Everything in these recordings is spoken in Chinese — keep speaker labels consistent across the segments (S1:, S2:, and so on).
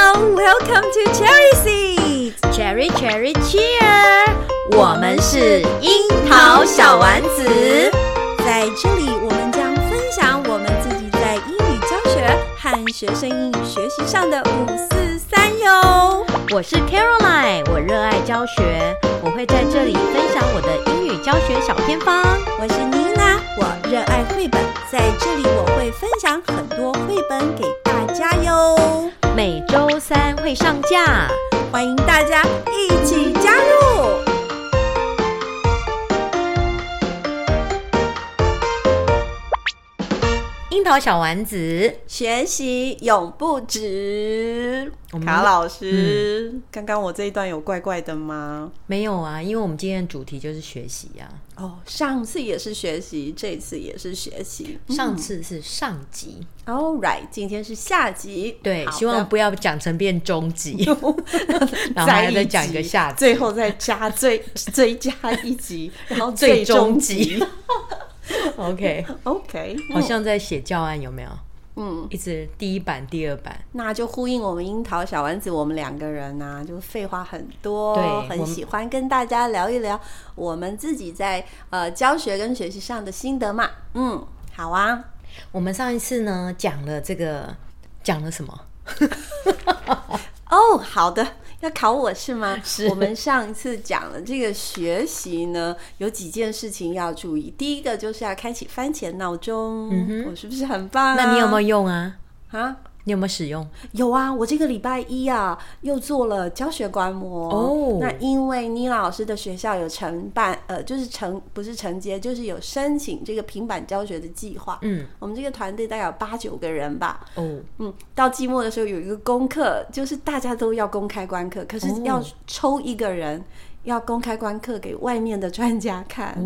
S1: Welcome to Cherry Seeds。
S2: Cherry Cherry Cheer，
S1: 我们是樱桃小丸子。在这里，我们将分享我们自己在英语教学和学生英语学习上的五四三哟。
S2: 我是 Caroline，我热爱教学，我会在这里分享我的英语教学小偏方。
S1: 我是妮娜，我热爱绘本，在这里我会分享很多绘本给大家哟。
S2: 每周三会上架。
S1: 欢迎大家一起加入。
S2: 樱桃小丸子，
S1: 学习永不止
S2: 我。们嗯
S1: 卡老师，刚刚我这一段有怪怪的吗？
S2: 没有啊，因为我们今天的主题就是学习啊呀、
S1: 哦，上次也是学习，这次也是学习。嗯
S2: 上次是上集，
S1: All right，今天是下集。
S2: 对，
S1: 好的
S2: 希望不要讲成变中集， 然后还
S1: 再
S2: 要
S1: 一
S2: 再
S1: 集
S2: 讲一个下集，
S1: 最后再加最 追加一集，然后
S2: 最
S1: 终
S2: 终集。OK，
S1: OK，
S2: 好像在写教案有没有？
S1: 嗯。
S2: 一直第一版、第二版，
S1: 那就呼应我们樱桃小丸子，我们两个人呢、就废话很多，
S2: 对我
S1: 很
S2: 们
S1: 喜欢跟大家聊一聊我们自己在呃教学跟学习上的心得嘛。嗯，好啊，
S2: 我们上一次呢讲了这个，讲了什么？
S1: 哦，好的，要考我是吗？是我们上一次讲了这个学习呢，有几件事情要注意。第一个就是要开启番茄闹钟，我是不是很棒、啊？
S2: 嗯那你有没有用啊？
S1: 啊？
S2: 你有没有使用？
S1: 有啊，我这个礼拜一啊，又做了教学观摩
S2: 哦
S1: 那因为妮老师的学校有承办，呃，就是承不是承接，就是有申请这个平板教学的计划。
S2: 嗯，
S1: 我们这个团队大概有八九个人吧。
S2: 哦，
S1: 嗯，到季末的时候有一个功课，就是大家都要公开观课，可是
S2: 哦
S1: 要抽一个人要公开观课给外面的专家看。
S2: 哦，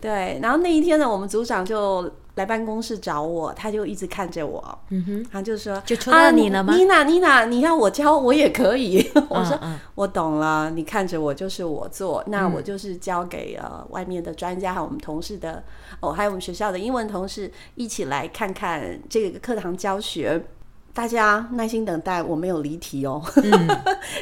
S1: 对，然后那一天呢，我们组长就来办公室找我，他就一直看着我。
S2: 嗯哼，
S1: 他就说：“啊
S2: 就抽到你了吗
S1: 妮娜，妮娜，你要我教我也可以。” 我说：“
S2: 嗯
S1: 我懂了，你看着我就是我做，那我就是交给呃外面的专家和我们同事的哦，还有我们学校的英文同事一起来看看这个课堂教学。”大家耐心等待，我没有离题哦，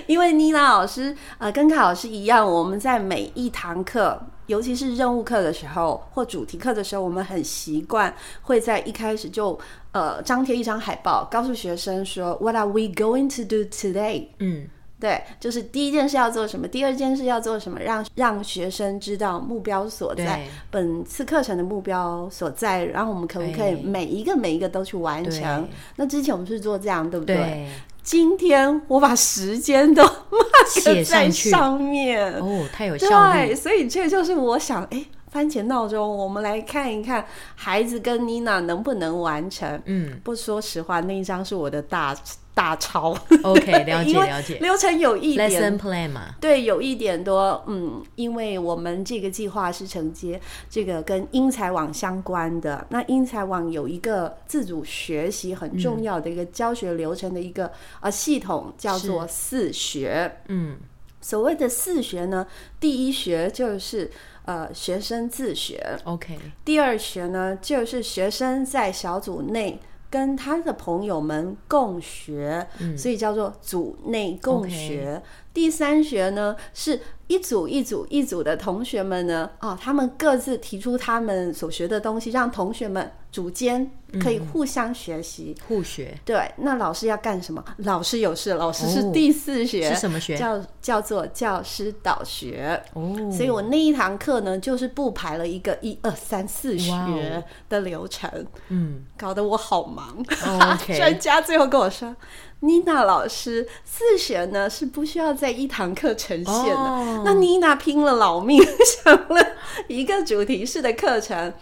S1: 因为妮娜老师呃跟卡老师一样，我们在每一堂课，尤其是任务课的时候或主题课的时候，我们很习惯会在一开始就呃张贴一张海报，告诉学生说 What are we going to do today？
S2: 嗯
S1: 对，就是第一件事要做什么，第二件事要做什么，让让学生知道目标所在
S2: 对，
S1: 本次课程的目标所在，然后我们可不可以
S2: 对
S1: 每一个每一个都去完成
S2: 对？
S1: 那之前我们是做这样，对不
S2: 嗯，对
S1: 对，今天我把时间都
S2: 写
S1: mark 在
S2: 上去，
S1: 上面，
S2: 哦，太有效率
S1: 对，，所以这就是我想，哎，番茄闹钟，我们来看一看孩子跟妮娜能不能完成。
S2: 嗯
S1: 不说实话，那一张是我的大大抄，
S2: ，OK，了解
S1: 因为
S2: 了 解
S1: 流程有一点
S2: ，Lesson Plan 嘛，
S1: 对，有一点多，嗯，因为我们这个计划是承接这个跟英才网相关的。那英才网有一个自主学习很重要的一个教学流程的一个、呃系统，叫做四学。
S2: 嗯，
S1: 所谓的四学呢，第一学就是呃学生自学，
S2: OK，
S1: 第二学呢就是学生在小组内。跟他的朋友们共学，所以叫做组内共
S2: 嗯 OK
S1: 学。第三学呢，是一组一组一组的同学们呢，哦，他们各自提出他们所学的东西，让同学们组间可以互相学习。
S2: 互学
S1: 对，那老师要干什么？老师有事，老师是
S2: 哦
S1: 第四学，
S2: 是什么学？
S1: 叫叫做教师导学。
S2: 哦，
S1: 所以我那一堂课呢，就是布排了一个一二三四
S2: 哇
S1: 学
S2: 哦
S1: 的流程，
S2: 嗯
S1: 搞得我好忙。 专
S2: ，OK，
S1: 家最后跟我说，妮娜老师四学呢是不需要在一堂课呈现的。
S2: 哦
S1: 那妮娜拼了老命想了一个主题式的课程，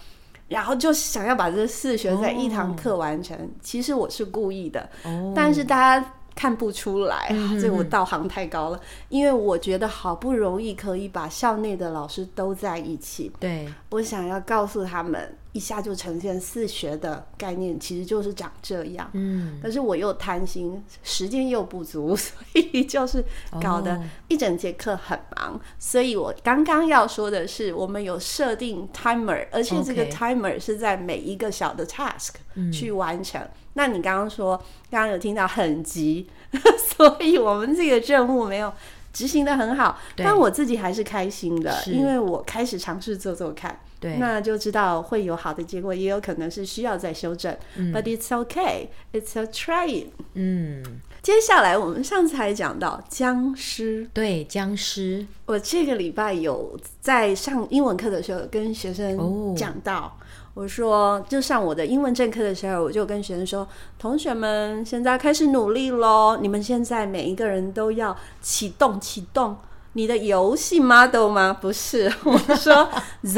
S1: 然后就想要把这四学在一堂课完成。其实我是故意的，
S2: 哦嗯
S1: 但是大家。看不出来，这我道行太高了。因为我觉得好不容易可以把校内的老师都在一起，
S2: 对，
S1: 我想要告诉他们，一下就呈现四学的概念，其实就是长这样。
S2: 嗯，
S1: 可是我又贪心，时间又不足， 所以就是搞得
S2: 哦
S1: 一整节课很忙。所以我刚刚要说的是，我们有设定 timer，而且这个
S2: OK 嗯
S1: timer 是在每一个小的 task 去完成。那你刚刚说，刚刚有听到很急， 所以我们这个任务没有执行的很好，
S2: 对
S1: 但我自己还是开心的，
S2: 是
S1: 因为我开始尝试做做看，
S2: 对，
S1: 那就知道会有好的结果，也有可能是需要再修正、b u t it's okay, it's a trying。
S2: 嗯，
S1: 接下来我们上次还讲到僵尸，
S2: 对，僵尸，
S1: 我这个礼拜有在上英文课的时候跟学
S2: 哦
S1: 生讲到。我说，就上我的英文正课的时候，我就跟学生说：“同学们，现在开始努力喽！你们现在每一个人都要启动启动你的游戏 model 吗？不是，我 说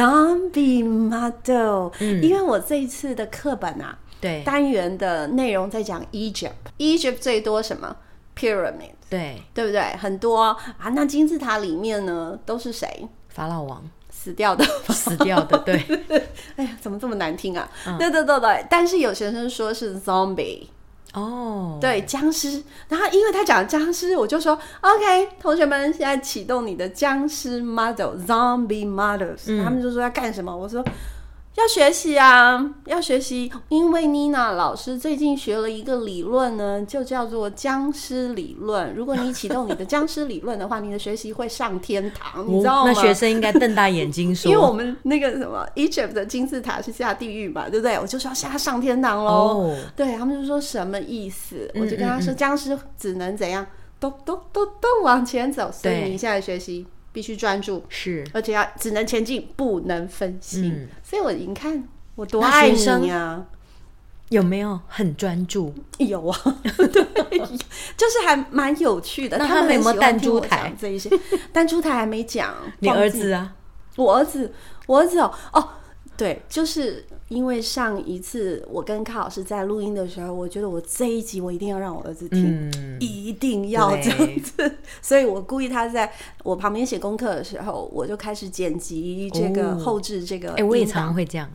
S1: zombie model，、因为我这一次的课本啊，
S2: 嗯对
S1: 单元的内容在讲 Egypt，Egypt 最多什么 pyramid，
S2: 对，
S1: 对不对？很多啊，那金字塔里面呢都是谁
S2: 法老王
S1: 死掉的？
S2: 死掉的，对，
S1: 哎呀，怎么这么难听啊？对对对对，但是有学生说是 zombie，
S2: 哦，
S1: 对僵尸。然后因为他讲僵尸，我就说 OK，同学们现在启动你的僵尸 model zombie models，、他
S2: 嗯
S1: 们就说要干什么？我说。要学习啊，要学习，因为妮娜老师最近学了一个理论呢，就叫做僵尸理论。如果你启动你的僵尸理论的话，你的学习会上天堂，你
S2: 哦
S1: 知道吗？
S2: 那学生应该瞪大眼睛说，
S1: 因为我们那个什么 Egypt 的金字塔是下地狱嘛，对不对？我就说下上天堂喽。
S2: 哦
S1: 对他们就说什么意思？
S2: 嗯
S1: 我就跟他说，僵尸只能怎样，咚咚咚咚往前走。所以
S2: 对
S1: 你现在学习必须专注，
S2: 是
S1: 而且要只能前进，不能分心。
S2: 嗯
S1: 所以我你看我多
S2: 那
S1: 爱
S2: 学生
S1: 你啊！
S2: 有没有很专注？
S1: 有啊， 对，就是还蛮有趣的。
S2: 那
S1: 他
S2: 他们有没有
S1: 很喜欢
S2: 弹珠
S1: 听我
S2: 台
S1: 讲这一些？弹珠台还没讲，
S2: 你
S1: 忘记
S2: 儿子啊，
S1: 我儿子，我儿子哦，哦，对，就是因为上一次我跟康老师在录音的时候，我觉得我这一集我一定要让我儿子听，
S2: 嗯，
S1: 一定要
S2: 对
S1: 这样子， 所以我故意他在我旁边写功课的时候，我就开始剪辑这个
S2: 哦
S1: 后置这个音档。
S2: 哎，我也常常会这样，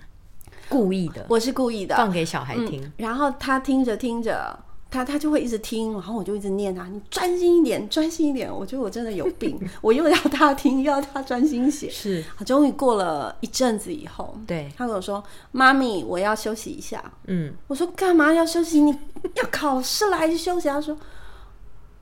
S2: 故意的
S1: 我是故意的，
S2: 放给小孩听，
S1: 然后他听着听着，他他就会一直听，然后我就一直念啊他，你专心一点，专心一点。我觉得我真的有 病，我又要他听，又要他专心写。
S2: 是
S1: 好终于过了一阵子以后，
S2: 对
S1: 他跟我说：“妈咪，我要休息一下。
S2: 嗯，”
S1: 我说：“干嘛要休息？你要考试了还是休息？”他说：“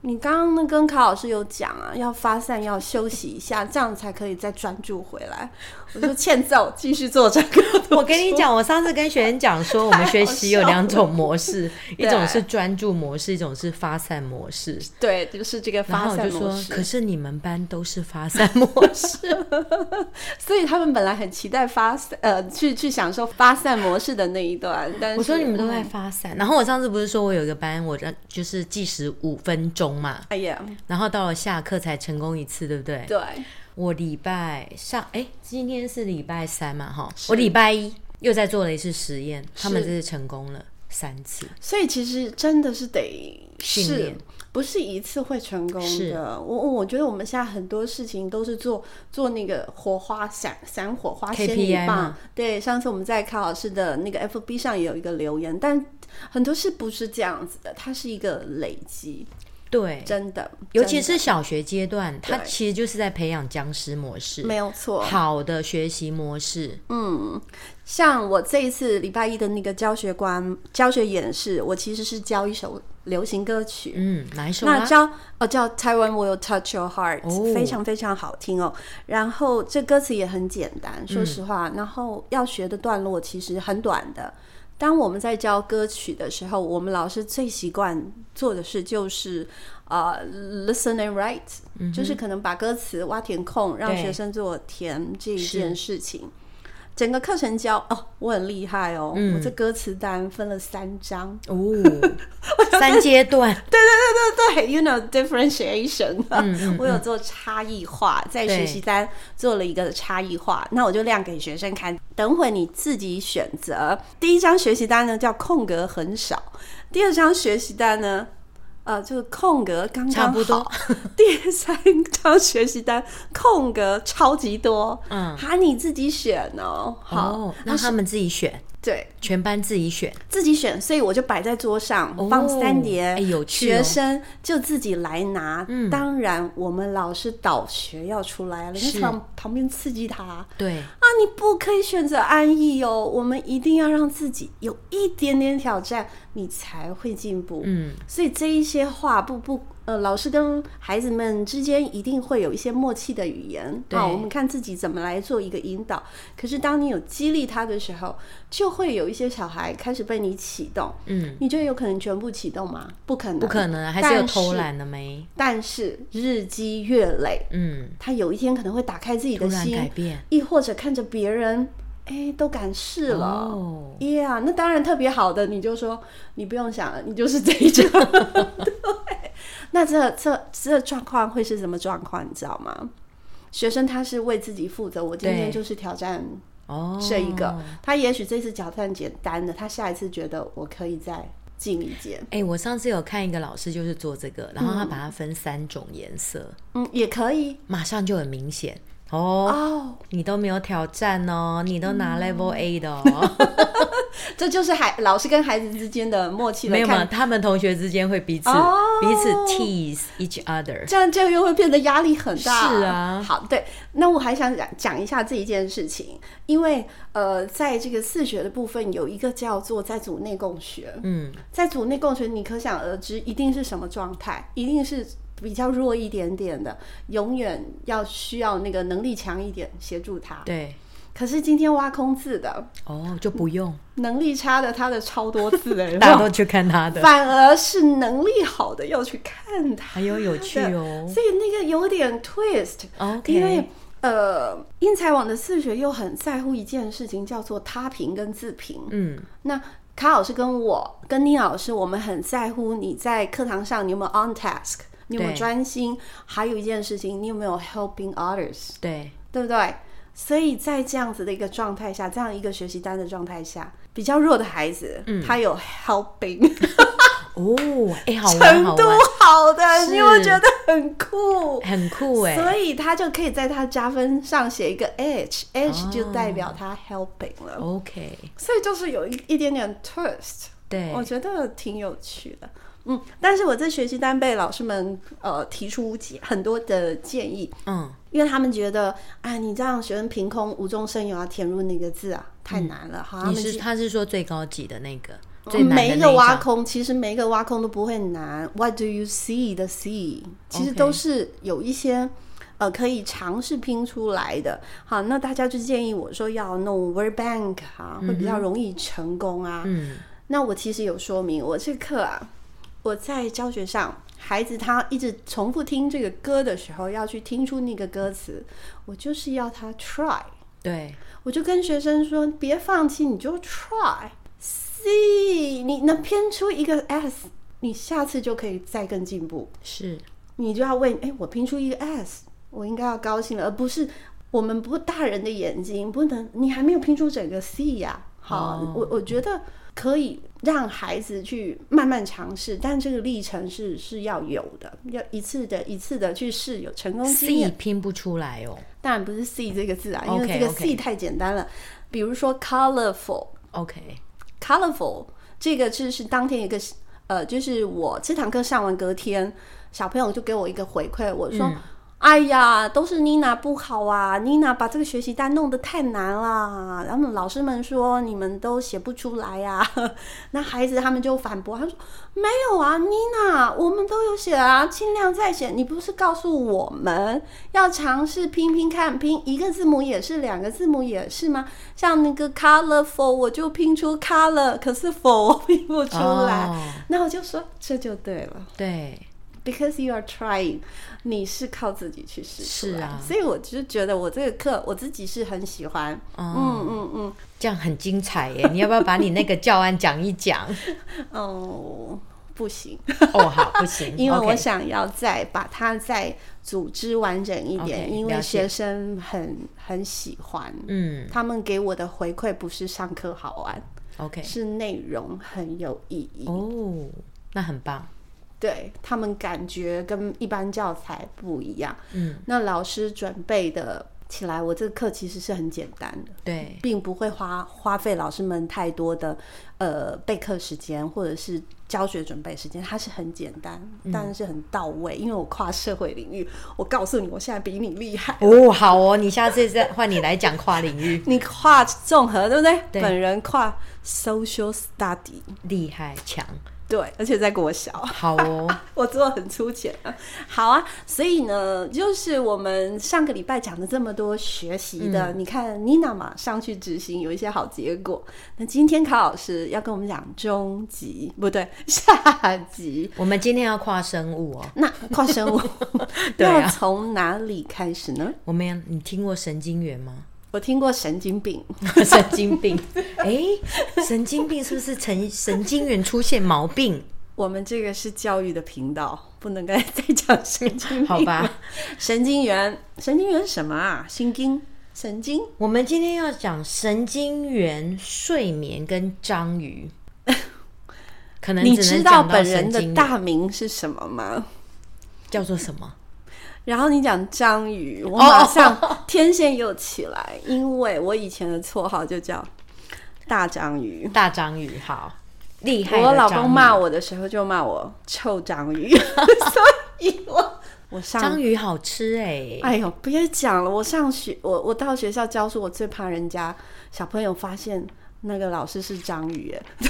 S1: 你刚刚那跟考老师有讲啊，要发散，要休息一下，这样才可以再专注回来。”我说：“欠揍，继续做这个。”
S2: 我跟你，讲，我上次跟学员讲说，我们学习有两种 模式，一
S1: 对
S2: 种是专注模式，一种是发散模式。
S1: 对，就是这个
S2: 然
S1: 发
S2: 后我
S1: 散
S2: 就
S1: 模
S2: 说，
S1: 式。
S2: 可是你们班都是发散模式，
S1: 所以他们本来很期待发散，呃，去去享受发散模式的那一段。 但是嗯
S2: 我说你们都在，发散。然后我上次不是说我有一个班，我让就是计时五分钟嘛，
S1: 哎呀，
S2: 然后到了下课才成功一次，对不对？
S1: 对，
S2: 我礼拜上哎，今天是礼拜三嘛，哈，我礼拜一又在做了一次实验，他们这次成功了三次。
S1: 所以其实真的是得
S2: 训
S1: 试
S2: 练，
S1: 不是一次会成功
S2: 是
S1: 的。我我我觉得我们现在很多事情都是做做那个火花闪闪火花仙
S2: KPI
S1: 女棒
S2: 嘛。
S1: 对，上次我们在康老师的那个 FB 上也有一个留言，但很多事不是这样子的，它是一个累积，
S2: 对，
S1: 真的，
S2: 尤其
S1: 真
S2: 是小学阶段，他
S1: 对
S2: 其实就是在培养僵尸模式
S1: 的，没有错。嗯
S2: 好的学习模式。
S1: 像我这一次礼拜一的那个教学观教学演示，我其实是教一首流行歌曲。
S2: 嗯，哪一首
S1: 那
S2: 啊？
S1: 教哦叫 Taiwan Will Touch Your Heart，、
S2: 哦
S1: 非常非常好听哦。然后这歌词也很简
S2: 嗯
S1: 单，说实话。然后要学的段落其实很短的。当我们在教歌曲的时候，我们老师最习惯做的事就是，呃，listen and write，、就是
S2: 嗯
S1: 可能把歌词挖填空，让
S2: 对
S1: 学生做填这一
S2: 是
S1: 件事情。整个课程教哦，我很厉害哦，
S2: 嗯
S1: 我这歌词单分了三章，
S2: 哦， 三阶段，
S1: 对，you know differentiation，、我 有做差异化，在
S2: 嗯对
S1: 学习单做了一个差异化，那我就亮给学生看。等会你自己选择，第一张学习单呢叫空格很少，第二张学习单呢，呃，就是空格刚刚
S2: 差不多
S1: 好第三张学习单空格超级多，
S2: 嗯，
S1: 喊你自己选哦。好，
S2: 哦，让他们自己选。
S1: 对，
S2: 全班自己选，
S1: 自己选，所以我就摆在桌上、
S2: 哦
S1: 放三碟，
S2: 哎有趣哦嗯
S1: 学生就自己来拿。当然，我们老师导学要出来了，你
S2: 是
S1: 往旁边刺激他啊，
S2: 对，
S1: 你不可以选择安逸哦，我们一定要让自己有一点点挑战，你才会进步。
S2: 嗯，
S1: 所以这一些话不不呃，老师跟孩子们之间一定会有一些默契的语言
S2: 对
S1: 啊，我们看自己怎么来做一个引导。可是当你有激励他的时候，就会有一些小孩开始被你启动。
S2: 嗯，
S1: 你觉得有可能全部启动吗？不可能，
S2: 不可能啊，还是有偷懒的没？
S1: 但是。但是日积月累，
S2: 嗯，
S1: 他有一天可能会打开自己的
S2: 突然
S1: 心，
S2: 改变
S1: 亦或者看着别人，哎，都敢试了。
S2: 哦，
S1: Yeah，那当然特别好的，你就说你不用想了，你就是这一种。对， 那这这这状况会是什么状况？你知道吗？学生他是为自己负责，我今
S2: 对
S1: 天就是挑战
S2: 哦，
S1: 这一个。他也许这次挑战简单的，他下一次觉得我可以再进一阶，
S2: 哎、我上次有看一个老师就是做这个，然后他把它分三种颜色，
S1: 嗯，也可以
S2: 马上就很明显哦。
S1: 哦。嗯
S2: 你都没有挑战哦，你都拿 Level A 的哦，
S1: 这就是孩老师跟孩子之间的默契了，
S2: 没有嘛？
S1: 看
S2: 他们同学之间会彼此、
S1: 哦
S2: 彼此 tease each other，
S1: 这样这样又会变得压力很大。
S2: 是啊
S1: 好，对。那我还想讲讲一下这一件事情，因为呃，在这个四学的部分有一个叫做在组内共学，
S2: 嗯，
S1: 在组内共学，你可想而知，一定是什么状态，一定是。比较弱一点点的，永远要需要那个能力强一点协助他。
S2: 对，
S1: 可是今天挖空字的，
S2: 哦，就不用，
S1: 能力差的他的超多字的人，
S2: 大家都去看他的，
S1: 反而是能力好的要去看他。
S2: 很有有趣哦。
S1: 所以那个有点 twist，
S2: OK，
S1: 因为呃，英才网的四学又很在乎一件事情，叫做他评跟自评。
S2: 嗯，
S1: 那卡老师跟我跟聂老师，我们很在乎你在课堂上你有没有 on task，你有没有
S2: 对
S1: 专心，还有一件事情，你有没有 helping others，
S2: 对，
S1: 对不对？所以在这样子的一个状态下，这样一个学习单的状态下，比较弱的孩子，
S2: 嗯
S1: 他有 helping
S2: 哦，哎、好玩，
S1: 程
S2: 好
S1: 度
S2: 玩，
S1: 好的，你会
S2: 是
S1: 觉得很酷。
S2: 很酷哎、
S1: 所以他就可以在他加分上写一个 H，H
S2: 啊
S1: 就代表他 helping 了，
S2: OK，
S1: 所以就是有一一点点 twist，
S2: 对
S1: 我觉得挺有趣的。嗯，但是我这学习单被老师们呃提出建很多的建议，
S2: 嗯，
S1: 因为他们觉得啊，你这样学生凭空无中生有要填入那个字啊，太难了。好，他
S2: 嗯你
S1: 们嗯
S2: 是
S1: 就
S2: 他是说最高级的那个，最难的那
S1: 每一个
S2: 一
S1: 挖
S2: 张
S1: 空，其实每一个挖空都不会难。What do you see 的 see，其实都是有一些呃可以尝试拼出来的。好，那大家就建议我说要弄 word bank 啊，会比较容易成功啊。
S2: 嗯，
S1: 那我其实有说明，我这课啊，我在教学上，孩子他一直重复听这个歌的时候，要去听出那个歌词，我就是要他 try。
S2: 对，
S1: 我就跟学生说，别放弃，你就 try see，你能偏出一个 s，你下次就可以再更进步。
S2: 是，
S1: 你就要问，哎，我拼出一个 s，我应该要高兴了，而不是我们不大人的眼睛不能，你还没有拼出整个 c 呀、好，
S2: 哦
S1: 我我觉得可以让孩子去慢慢尝试，但这个历程是是要有的，要一次的一次的去试，有成功经验
S2: C。拼不出来哦。
S1: 当然不是 C 这个字啊，因为
S2: OK，
S1: 这个
S2: OK
S1: C 太简单了。比如说 colorful，colorful
S2: OK，
S1: 这个字是当天一个呃，就是我这堂课上完隔天，小朋友就给我一个回馈，我说。哎呀，都是妮娜不好啊！妮娜把这个学习单弄得太难啦，然后老师们说你们都写不出来呀、 那孩子他们就反驳，他说没有啊，妮娜，我们都有写啊，尽量再写。你不是告诉我们要尝试拼拼看，拼一个字母也是，两个字母也是吗？像那个 colorful，我就拼出 color，可是 for 我拼不出来。
S2: 哦
S1: 那我就说这就对了。
S2: 对，
S1: Because you are trying，你是靠自己去试出来，
S2: 是啊
S1: 所以我就觉得我这个课我自己是很喜欢，
S2: 嗯，
S1: 嗯嗯
S2: 这样很精彩耶！ 你要不要把你那个教案讲 一讲？
S1: 嗯，哦，不 行，
S2: 哦，好，不行，
S1: 因为
S2: OK
S1: 我想要再把它再组织完整一点
S2: OK，
S1: 因为
S2: 了解
S1: 学生很很喜欢，
S2: 嗯
S1: 他们给我的回馈不是上课好玩，
S2: ，OK，
S1: 是内容很有意义，
S2: 哦，那很棒，
S1: 对他们感觉跟一般教材不一样，
S2: 嗯，
S1: 那老师准备的起来，我这个课其实是很简单的，
S2: 对，
S1: 并不会花花费老师们太多的呃备课时间或者是教学准备时间，它是很简单，
S2: 嗯
S1: 但是很到位。因为我跨社会领域，我告诉你，我现在比你厉害。
S2: 哦，好哦，你下次再换你来讲跨领域，
S1: 你跨综合对不对？
S2: 对
S1: 本人跨 social study，
S2: 厉害强，
S1: 对，而且在国小。
S2: 好哦，
S1: 我做得很粗浅啊，好啊，所以呢，就是我们上个礼拜讲的这么多学习
S2: 嗯
S1: 的，你看妮娜马上去执行，有一些好结果。那今天卡老师要跟我们讲中级，不对，下级。
S2: 我们今天要跨生物哦，
S1: 那跨 生物
S2: 对啊
S1: 要从哪里开始呢？
S2: 我们要你听过神经元吗？
S1: 我听过神经病，
S2: 神 经病，哎、神经病是不是神神经元出现毛病？
S1: 我们这个是教育的频道，不能再再讲神经病。
S2: 好吧，
S1: 神经元，神经元是什么啊？心经，神经。
S2: 我们今天要讲神经元、睡眠跟 章鱼，可能
S1: 你
S2: 只能
S1: 知道
S2: 讲
S1: 本人
S2: 神
S1: 的
S2: 经元
S1: 大名是什么吗？
S2: 叫做什么？
S1: 然后你讲章鱼，
S2: 哦
S1: 我马上天线又起来，因为我以前的绰号就叫大章鱼。
S2: 大章鱼，好厉害！
S1: 我老公骂，我的时候就骂我臭章 鱼，所以我我上
S2: 章鱼好吃哎、
S1: 哎呦别讲了，我上学我我到学校教书，我最怕人家小朋友发现那个老师是章鱼，哎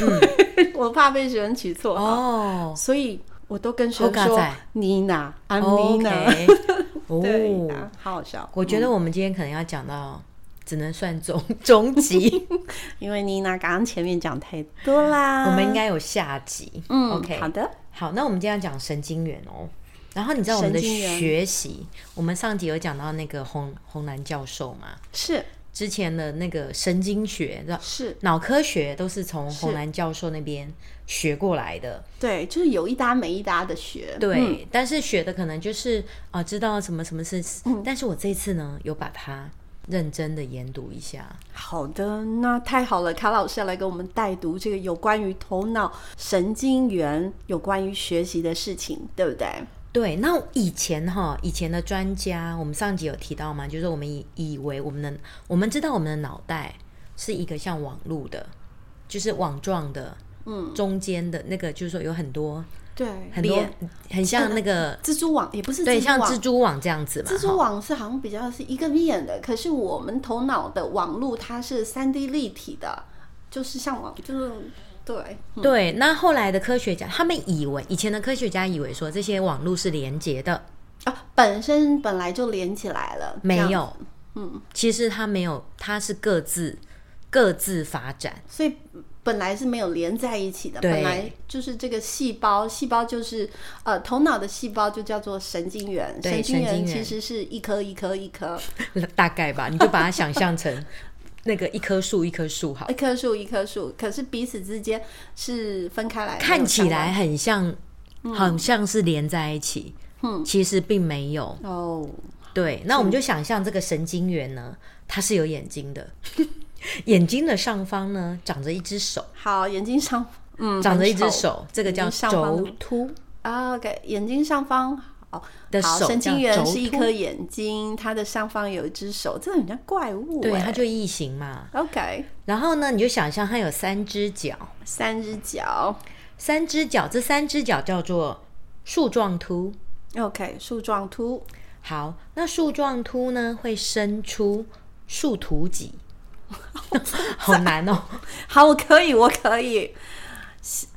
S1: 我怕被学生取错号，
S2: 嗯哦
S1: 所以我都跟学生
S2: 好
S1: 说
S2: 嘎仔哦
S1: 妮娜，安妮娜。
S2: ，OK，
S1: 对
S2: 哦
S1: 啊，，好好笑。
S2: 我觉得我们今天可能要讲到，只能算中中 级，
S1: 因为妮娜刚刚前面讲太多啦，
S2: 我们应该有下集。
S1: 嗯
S2: OK，
S1: 好的，
S2: 好，那我们今天要讲神经元哦。然后你知道我们的
S1: 神经元
S2: 学习，我们上集有讲到那个洪洪南教授嘛，
S1: 是
S2: 之前的那个神经学，知道
S1: 是，
S2: 脑科学都是从洪南教授那边学过来的。
S1: 对，就是有一搭没一搭的学，嗯，
S2: 对，但是学的可能就是啊、知道什么什么是，但是我这次呢，有把它认真的研读一下。
S1: 好的，那太好了，卡老师要来给我们带读这个有关于头脑神经元、有关于学习的事情，对不对？
S2: 对，那以前哈，以前的专家，我们上集有提到嘛，就是我们以以为我们的，我们知道我们的脑袋是一个像网路的，就是网状的，嗯，中间的那个，就是说有很多
S1: 对，
S2: 很多
S1: 脸
S2: 很像那个，
S1: 蜘蛛网也不是
S2: 对，
S1: 蜘蛛
S2: 像
S1: 网
S2: 蜘。蛛网这样子嘛，
S1: 蜘蛛
S2: 哈
S1: 网是好像比较是一个面的，可是我们头脑的网络它是三 D 立体的，就是像网，就是对，
S2: 对，那后来的科学家，他们以为以前的科学家以为说这些网路是连接的，
S1: 啊，本身本来就连起来了，
S2: 没
S1: 这样，
S2: 有，嗯，其实它没有，它是各自各自发展。
S1: 所以本来是没有连在一起的。
S2: 对
S1: 本来就是这个细胞，细胞就是呃，头脑的细胞就叫做神经元，
S2: 对
S1: 神经
S2: 神
S1: 元
S2: 经
S1: 其
S2: 元
S1: 实是一颗一颗一颗，
S2: 大概吧，你就把它想象成那个一棵树一棵树好，
S1: 一棵树一棵树，可是彼此之间是分开来的，
S2: 看起来
S1: 没
S2: 很像，
S1: 嗯
S2: 很像是连在一起，嗯，其实并没有。
S1: 有相关哦，
S2: 对，那我们就想象这个神经元呢，它是有眼睛的， 眼睛的上方呢长着一只手，
S1: 好，眼睛上，嗯，
S2: 长着一只
S1: 很丑
S2: 手，这个叫
S1: 眼睛上方
S2: 嗯轴
S1: 的吗
S2: 突
S1: 啊，OK，眼睛上方。好
S2: 的
S1: 好，
S2: 手
S1: 神经
S2: 叫
S1: 元
S2: 轴
S1: 是一
S2: 突
S1: 颗眼睛，它的上方有一只手，这很像怪物、欸。
S2: 对，它就异形嘛。
S1: OK，
S2: 然后呢，你就想象它有三只脚，
S1: 三只脚。
S2: 三只脚，这三只脚叫做树状突。
S1: OK，树状突。
S2: 好，那树状突呢会伸出树突脊，好难 哦。
S1: 好，我可以，我可以。细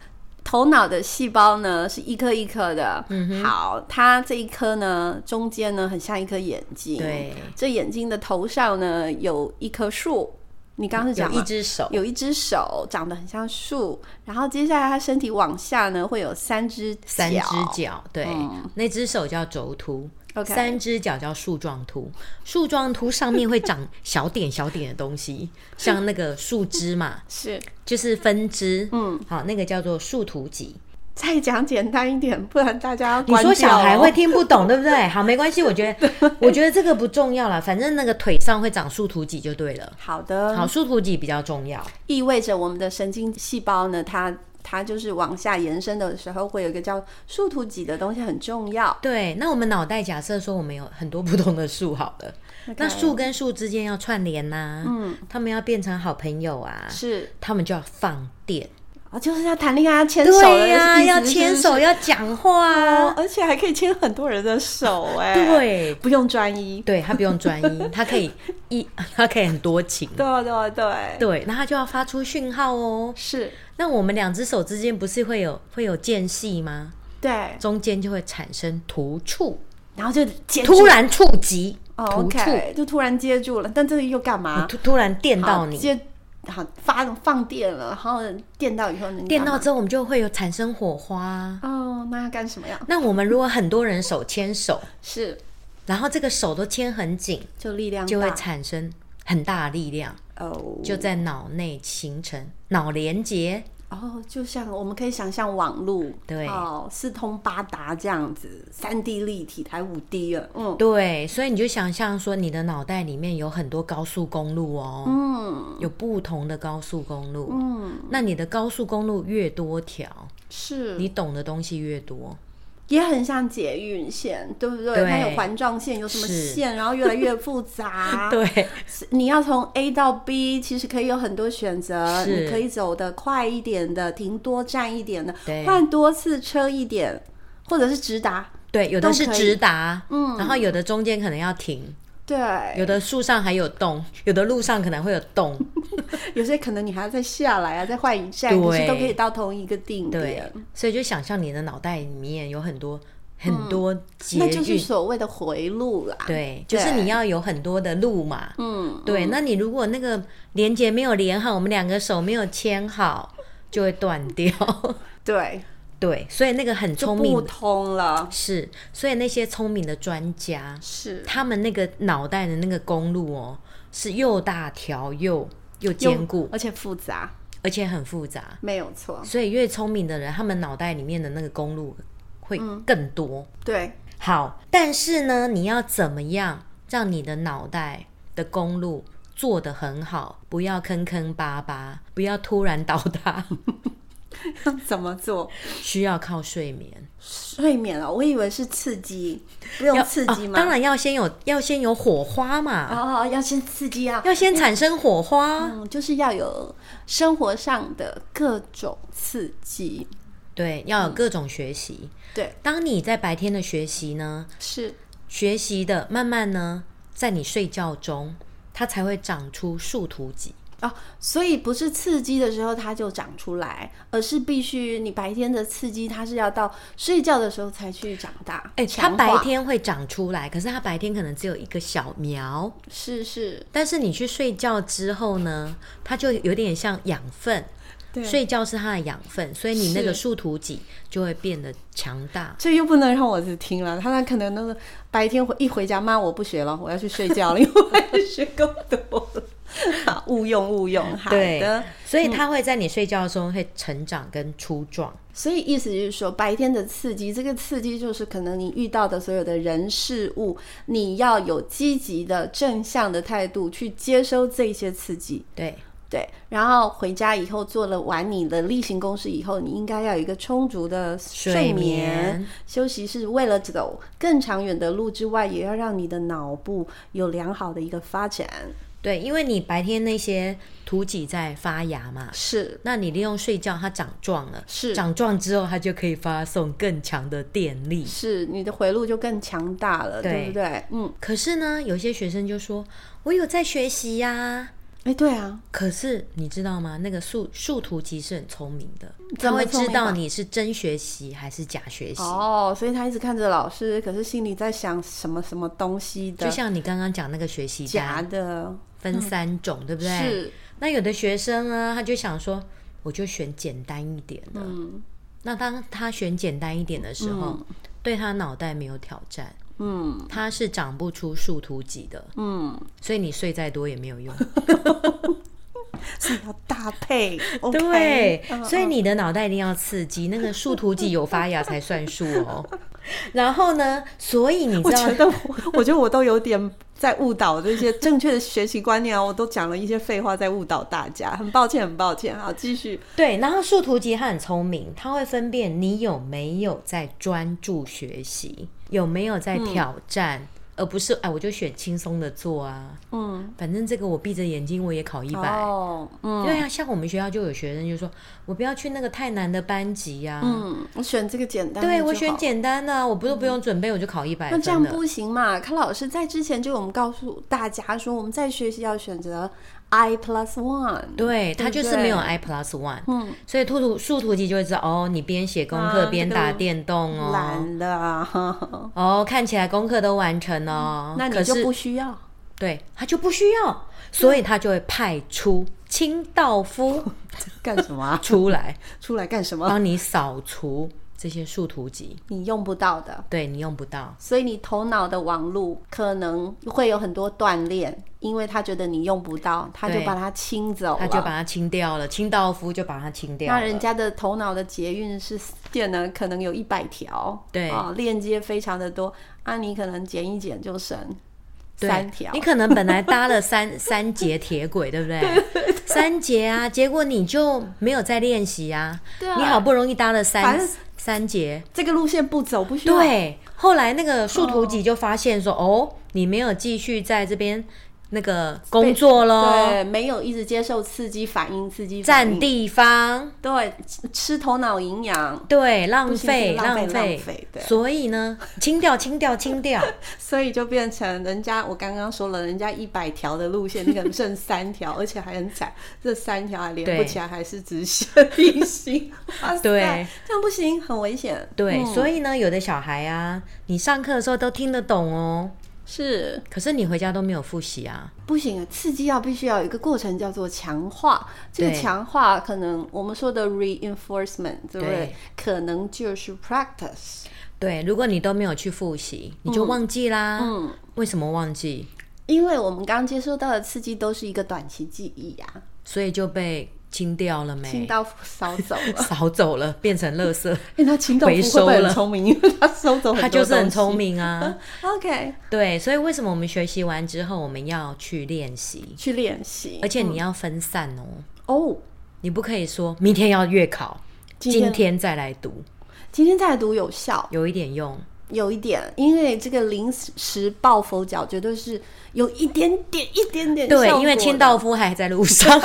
S1: 头脑的细胞呢是一颗一颗的，嗯、好，它这一颗呢中间呢很像一颗眼睛，
S2: 对，
S1: 这眼睛的头上呢有一棵树，你刚刚是
S2: 有
S1: 讲
S2: 一
S1: 嘛
S2: 只手，
S1: 有一只手长得很像树，然后接下来它身体往下呢会有三只
S2: 三只脚，嗯对，那只手叫轴突。
S1: OK
S2: 三只脚叫树状突，树状突上面会长小点小点的东西，像那个树枝嘛，
S1: 是
S2: 就是分支。嗯，好，那个叫做树突脊。
S1: 再讲简单一点，不然大家要
S2: 你
S1: 关
S2: 说小
S1: 掉
S2: 孩
S1: 哦
S2: 会听不懂，对不对？好，没关系，我觉 得，我觉得这个不重要了，反正那个腿上会长树突脊就对了。
S1: 好的，
S2: 好，树突脊比较重要。
S1: 意味着我们的神经细胞呢，它它就是往下延伸的时候，会有一个叫树突脊的东西很重要。
S2: 对，那我们脑袋假设说我们有很多不同的树，好了，那树跟树之间要串联呐、嗯，他们要变成好朋友啊，
S1: 是
S2: 他们就要放电，
S1: 啊，就是要谈恋爱要牵手
S2: 对呀、
S1: 的意思
S2: 要
S1: 是不是
S2: 牵手，要讲话啊，
S1: 哦，而且还可以牵很多人的手，哎，，
S2: 对，
S1: 不用专一，
S2: 对他不用专一，他可以一，他可以很多情，啊
S1: 对对对，
S2: 对，那他就要发出讯号哦。
S1: 是，
S2: 那我们两只手之间不是会有会有间隙吗？
S1: 对，
S2: 中间就会产生突触，
S1: 然后就接
S2: 突然触及，
S1: 哦
S2: 突触，
S1: ，OK，就突然接住了，但这个又干嘛？
S2: 突突然电到
S1: 啊好
S2: 你，
S1: 接好发放电了，然后电到以后能
S2: 电到之后我们就会有产生火花。
S1: 哦，那要干什么呀？
S2: 那我们如果很多人手牵手，
S1: 是
S2: 然后这个手都牵很紧，
S1: 就力量
S2: 就会
S1: 大
S2: 产生很大的力量，
S1: 哦，
S2: 就在脑内形成脑连接。
S1: 哦，就像我们可以想象网路，
S2: 对
S1: 哦，四通八达这样子，三 D 立体还五 D 了，嗯
S2: 对，所以你就想象说，你的脑袋里面有很多高速公路哦，
S1: 嗯
S2: 有不同的高速公路。
S1: 嗯，
S2: 那你的高速公路越多条，你
S1: 是，
S2: 懂的东西越多。
S1: 也很像捷运线，对不对？
S2: 对
S1: 它有环状线，有什么
S2: 是，
S1: 线，然后越来越复杂
S2: 对，
S1: 是你要从 A 到 B，其实可以有很多选择，
S2: 是
S1: 你可以走的快一点的，停多站一点的
S2: 对，
S1: 换多次车一点，或者是直达。
S2: 对，有的是
S1: 都可以
S2: 直达，
S1: 嗯
S2: 然后有的中间可能要停，
S1: 对，
S2: 有的树上还有洞，有的路上可能会有 洞。
S1: 有些可能你还要再下来啊，再换一站，
S2: 对
S1: 可是都可以到同一个定
S2: 对
S1: 点。，
S2: 所以就想象你的脑袋里面有很多很多捷
S1: 嗯那就是
S2: 运，
S1: 所谓的回路啦。
S2: 对，就是
S1: 对
S2: 你要有很多的路嘛。
S1: 嗯，
S2: 对，那你如果那个连接没有连好，我们两个手没有牵好，就会断掉。
S1: 对，
S2: 对，所以那个很
S1: 就
S2: 聪明
S1: 不通了。
S2: 是，所以那些聪明的专家，
S1: 是，
S2: 他们那个脑袋的那个公路哦，是又大条又又坚固，
S1: 而且复杂，
S2: 而且很复杂。
S1: 没有错。
S2: 所以越聪明的人，他们脑袋里面的那个公路会更多。
S1: 对，
S2: 好，但是呢，你要怎么样让你的脑袋的公路做得很好，不要坑坑巴巴，不要突然倒 塌，
S1: 怎么做？
S2: 需要靠睡眠。
S1: 睡眠哦了，我以为是刺激，不用刺激吗？
S2: 啊当然要先有，要先有火花嘛，
S1: 哦，要先刺激啊，
S2: 要先产生火花。
S1: 嗯，就是要有生活上的各种刺激，
S2: 对，要有各种学习。
S1: 对，
S2: 当你在白天的学习呢，
S1: 是
S2: 学习的慢慢呢，在你睡觉中，它才会长出树突脊。
S1: 啊，所以不是刺激的时候它就长出来，而是必须你白天的刺激，它是要到睡觉的时候才去长大。
S2: 哎、它
S1: 强化
S2: 白天会长出来，可是它白天可能只有一个小苗，
S1: 是是，
S2: 但是你去睡觉之后呢，它就有点像养分。
S1: 对
S2: 睡觉是它的养分，所以你那个
S1: 是
S2: 树突脊就会变得强大。
S1: 这又不能让我只听了，他那可能那个白天回一回家，妈，我不学了，我要去睡觉了，因为我也学够多了。好，勿用勿用，好的。
S2: 所以它会在你睡觉的时候会成长跟粗壮。
S1: 所以意思就是说，白天的刺激，这个刺激就是可能你遇到的所有的人事物，你要有积极的、正向的态度去接收这些刺激。
S2: 对，
S1: 对，然后回家以后做了完你的例行公事以后，你应该要有一个充足的睡
S2: 睡眠
S1: 休息是为了走更长远的路之外，也要让你的脑部有良好的一个发展。
S2: 对，因为你白天那些突脊在发芽嘛，
S1: 是
S2: 那你利用睡觉它长壮了，
S1: 是
S2: 长壮之后它就可以发送更强的电力。
S1: 是，你的回路就更强大了，对
S2: 对
S1: 不对？嗯，
S2: 可是呢，有些学生就说：“我有在学习呀、
S1: 哎，对啊，
S2: 可是你知道吗？那个树树图集是很聪明的，
S1: 怎
S2: 他
S1: 么
S2: 会
S1: 聪
S2: 知
S1: 明
S2: 道
S1: 法
S2: 你是真学习还是假学习。
S1: 哦，所以他一直看着老师，可是心里在想什么什么东西
S2: 就
S1: 的
S2: 像你刚刚讲那个学习
S1: 假
S2: 单
S1: 的，
S2: 分三种，对不对？
S1: 是
S2: 那有的学生啊呢，他就想说，我就选简单一点
S1: 嗯
S2: 的。那当他选简单一点的时候，
S1: 嗯
S2: 对他脑袋没有挑战，嗯，他 是长不出树突脊的，嗯，所以你睡再多也没有用。
S1: 所以要搭配。OK，
S2: 对
S1: 嗯
S2: 所以你的脑袋一定要刺激，那个树突记有发芽才算数 哦。然后呢，所以你
S1: 我
S2: 知道
S1: 觉，得我，我觉得我都有点在误导这些正确的学习观念啊，我都讲了一些废话在误导大家，很抱歉，很抱歉。好，继续。
S2: 对，然后树突记它很聪明，它会分辨你有没有在专注学习，有没有在挑战，而不是哎，我就选轻松的做啊。
S1: 嗯，
S2: 反正这个我闭着眼睛我也考一百、
S1: 哦，嗯
S2: 对啊，像我们学校就有学生就说，我不要去那个太难的班级呀、啊。
S1: 嗯，我选这个简单的就
S2: 对，
S1: 好，嗯
S2: 我选简单的啊、我不是不用准备，我就考一百
S1: 那
S2: 分
S1: 这样
S2: 了
S1: 不行嘛？康老师在之前就我们告诉大家说，我们在学习要选择 I plus one。
S2: 对他
S1: 对不
S2: 就是没有
S1: 对
S2: i plus one，
S1: 嗯，
S2: 所以兔兔树图集就会知道哦，你边写功
S1: 啊
S2: 课边
S1: 这个
S2: 打电动哦，
S1: 懒了，呵呵
S2: 哦，看起来功课都完成 哦，
S1: 那
S2: 可
S1: 你就是不需要。
S2: 对他就不需要，所以他就会派出清 道夫
S1: 干什么啊、
S2: 出来
S1: 出来干什么？
S2: 帮你扫除这些树图集，
S1: 你用不到的，
S2: 对你用不到。
S1: 所以你头脑的网路可能会有很多锻炼，因为他觉得你用不到，他就
S2: 对
S1: 把它清走了。
S2: 他就把它清掉了，清道夫就把它清掉
S1: 那
S2: 了。
S1: 人家的头脑的捷运是线呢，可能有一百条，
S2: 对
S1: 啊、链接非常的多，啊，你可能剪一剪就剩
S2: 对
S1: 三条
S2: 你，可能本来搭了 三三节铁轨，对不对？三节啊，结果你就没有在练习啊。
S1: 对啊
S2: 你好不容易搭了
S1: 反
S2: 三
S1: 正
S2: 三节，
S1: 这个路线不走不需要，
S2: 对。后来那个树图集就发现说，哦你没有继续在这边那个工作喽，
S1: 对，没有一直接受刺激反应，刺激反
S2: 占
S1: 应，
S2: 地方，
S1: 对，吃吃头脑营养，
S2: 对，浪
S1: 行这
S2: 费
S1: 个浪费
S2: 费
S1: 浪费对
S2: 所以呢，清掉，清掉，清掉。
S1: 所以就变成人家我刚刚说了，人家一百条的路线，你可能剩三 条，而且还很惨，这三条还连不
S2: 对
S1: 起来，还是直线并行，哇塞
S2: 对，
S1: 这样不行，很危险，
S2: 对，
S1: 嗯
S2: 所以呢，有的小孩啊，你上课的时候都听得懂哦，
S1: 是。
S2: 可是你回家都没有复习啊。
S1: 不行啊，刺激要必须要有一个过程，叫做强化。这个
S2: 对
S1: 强化可能我们说的 reinforcement，对不对
S2: 对？
S1: 可能就是 practice。
S2: 对，如果你都没有去复习，你就忘记啦。
S1: 嗯，
S2: 为什么忘记？
S1: 因为我们刚接收到的刺激都是一个短期记忆啊，
S2: 所以就被清掉了
S1: 清
S2: 没？
S1: 道夫扫走了。
S2: 扫走了，变成垃圾。
S1: 哎，那清道夫
S2: 回
S1: 会不
S2: 收
S1: 会很
S2: 了
S1: 聪明？因为他收 走很多
S2: 他就是很聪
S1: 东
S2: 明啊。
S1: 西。OK，
S2: 对，所以为什么我们学习完之后，我们要去练习，
S1: 去练习。
S2: 而且你要分散哦，
S1: 哦，
S2: 你不可以说明天要月考，
S1: 今
S2: 今
S1: 天
S2: 天再来读，
S1: 今天再读有效，
S2: 有一点用。
S1: 有一点，因为这个临时抱佛脚绝对是有一点点、一点点
S2: 对
S1: 效，
S2: 因为
S1: 果
S2: 清
S1: 的
S2: 道夫还在 路上。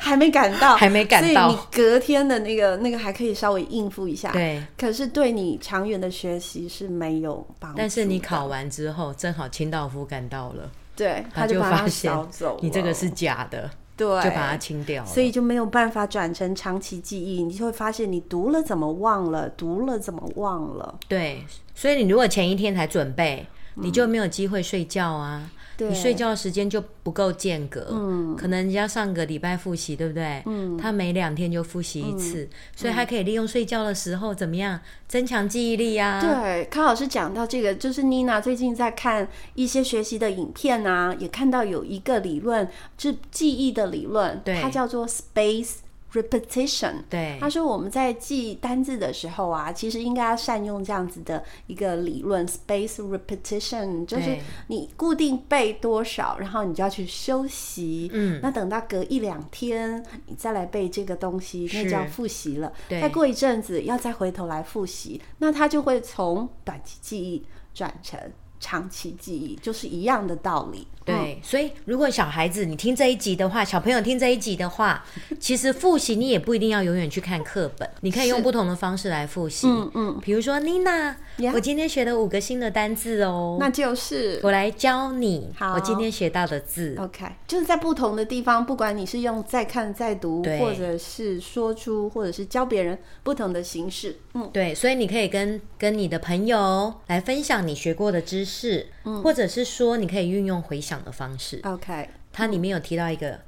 S1: 还没赶到，
S2: 还没赶到
S1: 所以你隔天的那个那个还可以稍微应付一下。，
S2: 对，
S1: 可是对你长远的学习是没有帮助的。
S2: 但是你考完之后，正好清道夫赶到了，
S1: 对，
S2: 他
S1: 就把它
S2: 发现
S1: 扫走了，
S2: 你这个是假的，
S1: 对，
S2: 就把它清掉了。
S1: 所以就没有办法转成长期记忆，你就会发现你读了怎么忘了，读了怎么忘了。
S2: 对，所以你如果前一天才准备，你就没有机会睡觉啊。
S1: 嗯对
S2: 你睡觉的时间就不够间隔，嗯，可能人家上个礼拜复习，对不对？嗯，他每两天就复习一次，
S1: 嗯
S2: 所以他可以利用睡觉的时候怎么样增强记忆力啊？，
S1: 对，康老师讲到这个，就是妮娜最近在看一些学习的影片啊，也看到有一个理论，是记忆的理论，
S2: 对
S1: 它叫做 space repetition。
S2: 对
S1: 他说我们在记单字的时候啊，其实应该要善用这样子的一个理论 space repetition，就是嗯
S2: 对
S1: 你固定背多少，然后你就要去休息。嗯，那等到隔一两天你再来背这个东西，那就
S2: 是
S1: 要复习了。
S2: 对
S1: 再过一阵子要再回头来复习，那它就会从短期记忆转成长期记忆，就是一样的道理。嗯，
S2: 对，所以如果小孩子你听这一集的话，小朋友听这一集的话，其实复习你也不一定要永远去看课本，你可以用不同的方式来复习。嗯嗯，比如说妮娜
S1: Yeah
S2: 我今天学了五个新的单字哦，
S1: 那就是
S2: 我来教你
S1: 好
S2: 我今天学到的字。
S1: OK，就是在不同的地方，不管你是用再看、再读，
S2: 对
S1: 或者是说出，或者是教别人不同的形式。嗯，
S2: 对，所以你可以跟跟你的朋友来分享你学过的知识，
S1: 嗯
S2: 或者是说你可以运用回想的方式。
S1: OK，
S2: 它里面有提到一个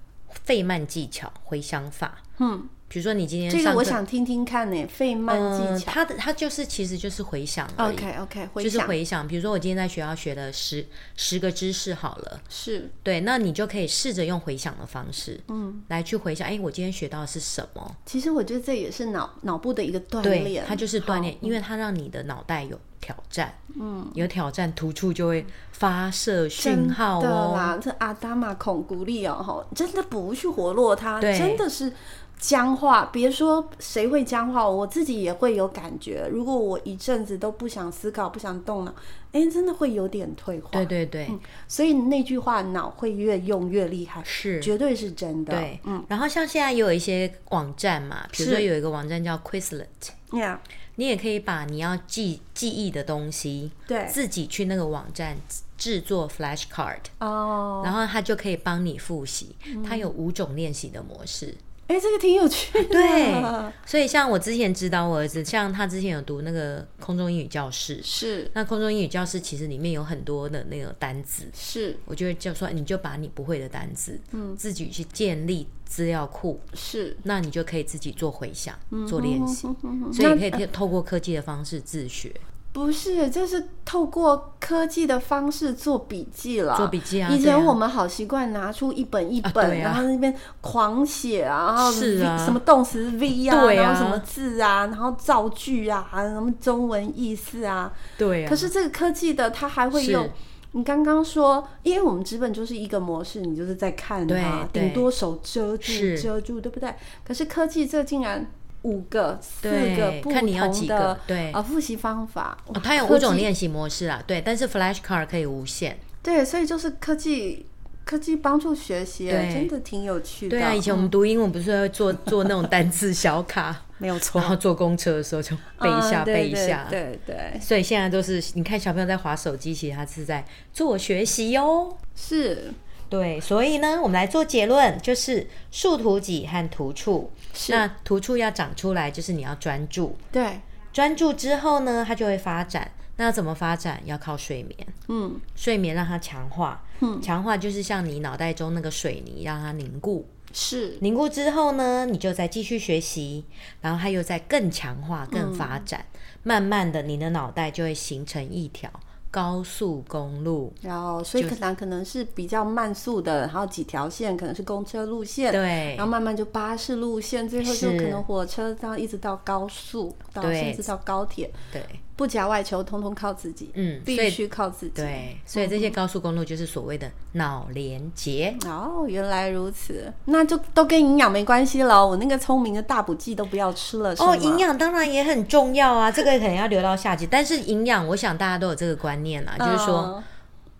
S2: 费曼技巧回想法，
S1: 嗯，
S2: 比如说你今天
S1: 这
S2: 上
S1: 个我
S2: 课
S1: 想听听看呢，费曼技
S2: 嗯，
S1: 巧。
S2: 它的它就是其实就是回想而已
S1: OK OK，回
S2: 就是
S1: 想
S2: 回想。比如说我今天在学校学了十十个知识好了，
S1: 是
S2: 对，那你就可以试着用回想的方式，嗯，来去回想，哎，我今天学到的是什么？
S1: 其实我觉得这也是脑脑部的一个锻
S2: 对
S1: 炼，，
S2: 它就是锻炼
S1: 好，嗯
S2: 因为它让你的脑袋有挑战，嗯，有挑战，突触就会发射讯号
S1: 真的
S2: 哦。
S1: 啦，这阿达玛孔古力哦，吼，真的不去活络它，
S2: 对
S1: 真的是僵化。别说谁会僵化，我自己也会有感觉。如果我一阵子都不想思考、不想动脑，哎，真的会有点退化。
S2: 对对对，
S1: 所以那句话，脑会越用越厉害，
S2: 是。
S1: 绝对是真的。嗯
S2: 对，然后像现在也有一些网站嘛，比如说
S1: 是
S2: 有一个网站叫 Quizlet，
S1: ，Yeah，
S2: 你也可以把你要记记忆的东西，
S1: 对
S2: 自己去那个网站制作 flashcard，
S1: 哦，嗯
S2: 然后它就可以帮你复习。它有五种练习的模式，
S1: 哎，这个挺有趣的。
S2: 对，所以像我之前指导我儿子，像他之前有读那个空中英语教室，
S1: 是
S2: 那空中英语教室其实里面有很多的那个单字，
S1: 是
S2: 我就会叫说你就把你不会的单字，嗯，自己去建立资料库，
S1: 是，
S2: 那你就可以自己做回想、做练习，
S1: 嗯
S2: 所以你可以透过科技的方式自学。
S1: 不是，这是透过科技的方式做笔记了。
S2: 做笔记啊
S1: 以
S2: 对啊
S1: 前我们好习惯拿出一本一本，
S2: 啊对啊
S1: 然后那边狂写啊，然后
S2: 是啊
S1: V- 什么动词 V 啊，
S2: 对啊
S1: 然后什么字啊，然后造句啊，什么中文意思啊。
S2: 对
S1: 可是这个科技的，它还会
S2: 是
S1: 用。你刚刚说，因为我们纸本就是一个模式，你就是在看它，
S2: 对对
S1: 顶多手遮住
S2: 是
S1: 遮住，对不对？可是科技这竟然五个、四个
S2: 对
S1: 不
S2: 看你要
S1: 同
S2: 几
S1: 的
S2: 个对
S1: 啊复习方法，
S2: 哦，它有
S1: 科
S2: 五
S1: 技
S2: 种练习模式啊，对，但是 flashcard 可以无限。
S1: 对，所以就是科技，科技帮助学习，
S2: 对
S1: 真的挺有趣的。
S2: 对啊，以前我们读英文不是会做做那种单字小卡，
S1: 没有
S2: 然后坐公车的时候就背一下、
S1: 嗯对
S2: 背一下。
S1: 对对对，
S2: 所以现在都是你看小朋友在划手机，其实他是在做学习哦。
S1: 是
S2: 对，所以呢，我们来做结论，就是树突脊和突触。
S1: 是
S2: 那突触要长出来，就是你要专注，
S1: 对，
S2: 专注之后呢，它就会发展。那要怎么发展？要靠睡眠，
S1: 嗯，
S2: 睡眠让它强化，强化就是像你脑袋中那个水泥，让它凝固。
S1: 是
S2: 凝固之后呢，你就再继续学习，然后它又在更强化、
S1: 嗯
S2: 更发展。慢慢的，你的脑袋就会形成一条高速公路。
S1: 然后所以可能可能是比较慢速的，然后几条线可能是公车路线，
S2: 对
S1: 然后慢慢就巴士路线，最后就是可能火车到一直到高速，到
S2: 对
S1: 甚至到高铁，
S2: 对
S1: 不夹外求，通通靠自己，
S2: 嗯所
S1: 必
S2: 以
S1: 须靠自己。
S2: 对，所以这些高速公路就是所谓的脑连接。
S1: 哦，原来如此，那就都跟营养没关系了。我那个聪明的大补剂都不要吃了，是吗
S2: 哦，营养当然也很重要啊，这个可能要留到下集。但是营养，我想大家都有这个观念啊，就是说，
S1: 嗯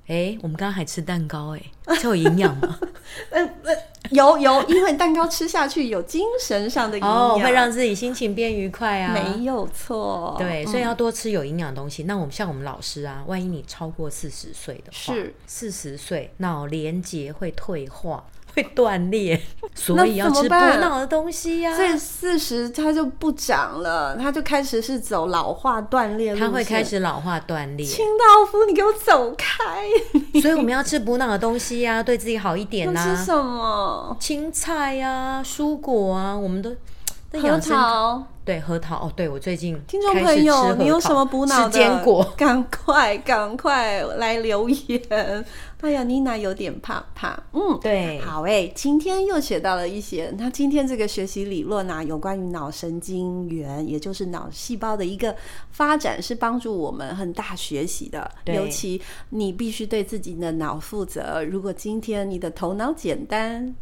S2: 哎、我们刚刚还吃蛋糕、哎，这有营养吗？
S1: 有有，因为蛋糕吃下去有精神上的营养，
S2: 哦，会让自己心情变愉快啊。
S1: 没有错。
S2: 对，所以要多吃有营养的东西。那我们像我们老师啊，万一你超过四十岁的话，
S1: 是
S2: 四十岁脑连结会退化，会断 裂，所
S1: 那
S2: 以要
S1: 怎么
S2: 吃补
S1: 办
S2: 脑的东西呀、
S1: 所以四十它就不长了，它就开始是走老化断裂路线。
S2: 它会开始老化断裂，
S1: 清道夫，你给我走开！
S2: 所以我们要吃补脑的东西呀、对自己好一点
S1: 要
S2: 呐、
S1: 吃什么？
S2: 青菜呀、蔬果啊，我们都那
S1: 核
S2: 养生
S1: 桃。
S2: 对核桃哦，对我最近
S1: 听众
S2: 开始
S1: 朋
S2: 吃核
S1: 友，你有
S2: 桃
S1: 什么补脑的
S2: 吃 坚果？
S1: 赶快赶快来留言。哎呀，妮娜有点怕怕，嗯，
S2: 对，
S1: 好诶、今天又学到了一些。那今天这个学习理论啊，有关于脑神经元，也就是脑细胞的一个发展，是帮助我们很大学习的。
S2: 对
S1: 尤其你必须对自己的脑负责。如果今天你的头脑简单，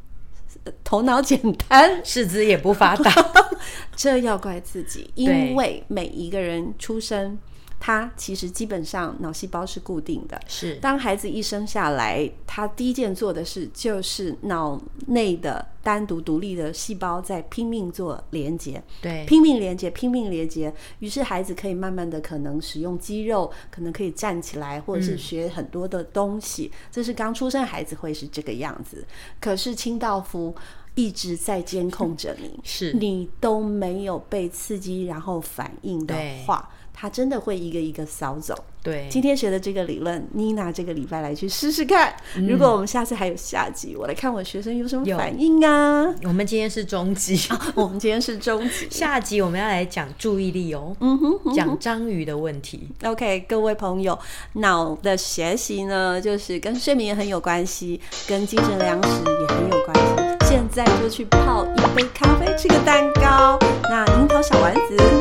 S1: 呃头脑简单，
S2: 四肢也不发达。
S1: 这要怪自己，
S2: 对
S1: 因为每一个人出生，他其实基本上脑细胞是固定的。
S2: 是
S1: 当孩子一生下来，他第一件做的事就是脑内的单独独立的细胞在拼命做连接，
S2: 对，
S1: 拼命连接，拼命连接。于是孩子可以慢慢的可能使用肌肉，可能可以站起来，或者是学很多的东西。这是刚出生孩子会是这个样子。可是清道夫一直在监控着你，
S2: 是
S1: 你都没有被刺激然后反应的
S2: 对
S1: 话，他真的会一个一个扫走。
S2: 对，
S1: 今天学的这个理论，妮娜这个礼拜来去试试看。如果我们下次还有下集，我来看我学生有什么
S2: 嗯有
S1: 反应啊。哦
S2: 我们今天是 中集，
S1: 我们今天是中集
S2: 下集我们要来讲注意力哦，
S1: 嗯哼嗯
S2: 讲章鱼的问题。
S1: OK，各位朋友，脑的学习呢，就是跟睡眠也很有关系，跟精神粮食也很有关系。现在就去泡一杯咖啡，吃个蛋糕。那樱桃小丸子。
S2: 哦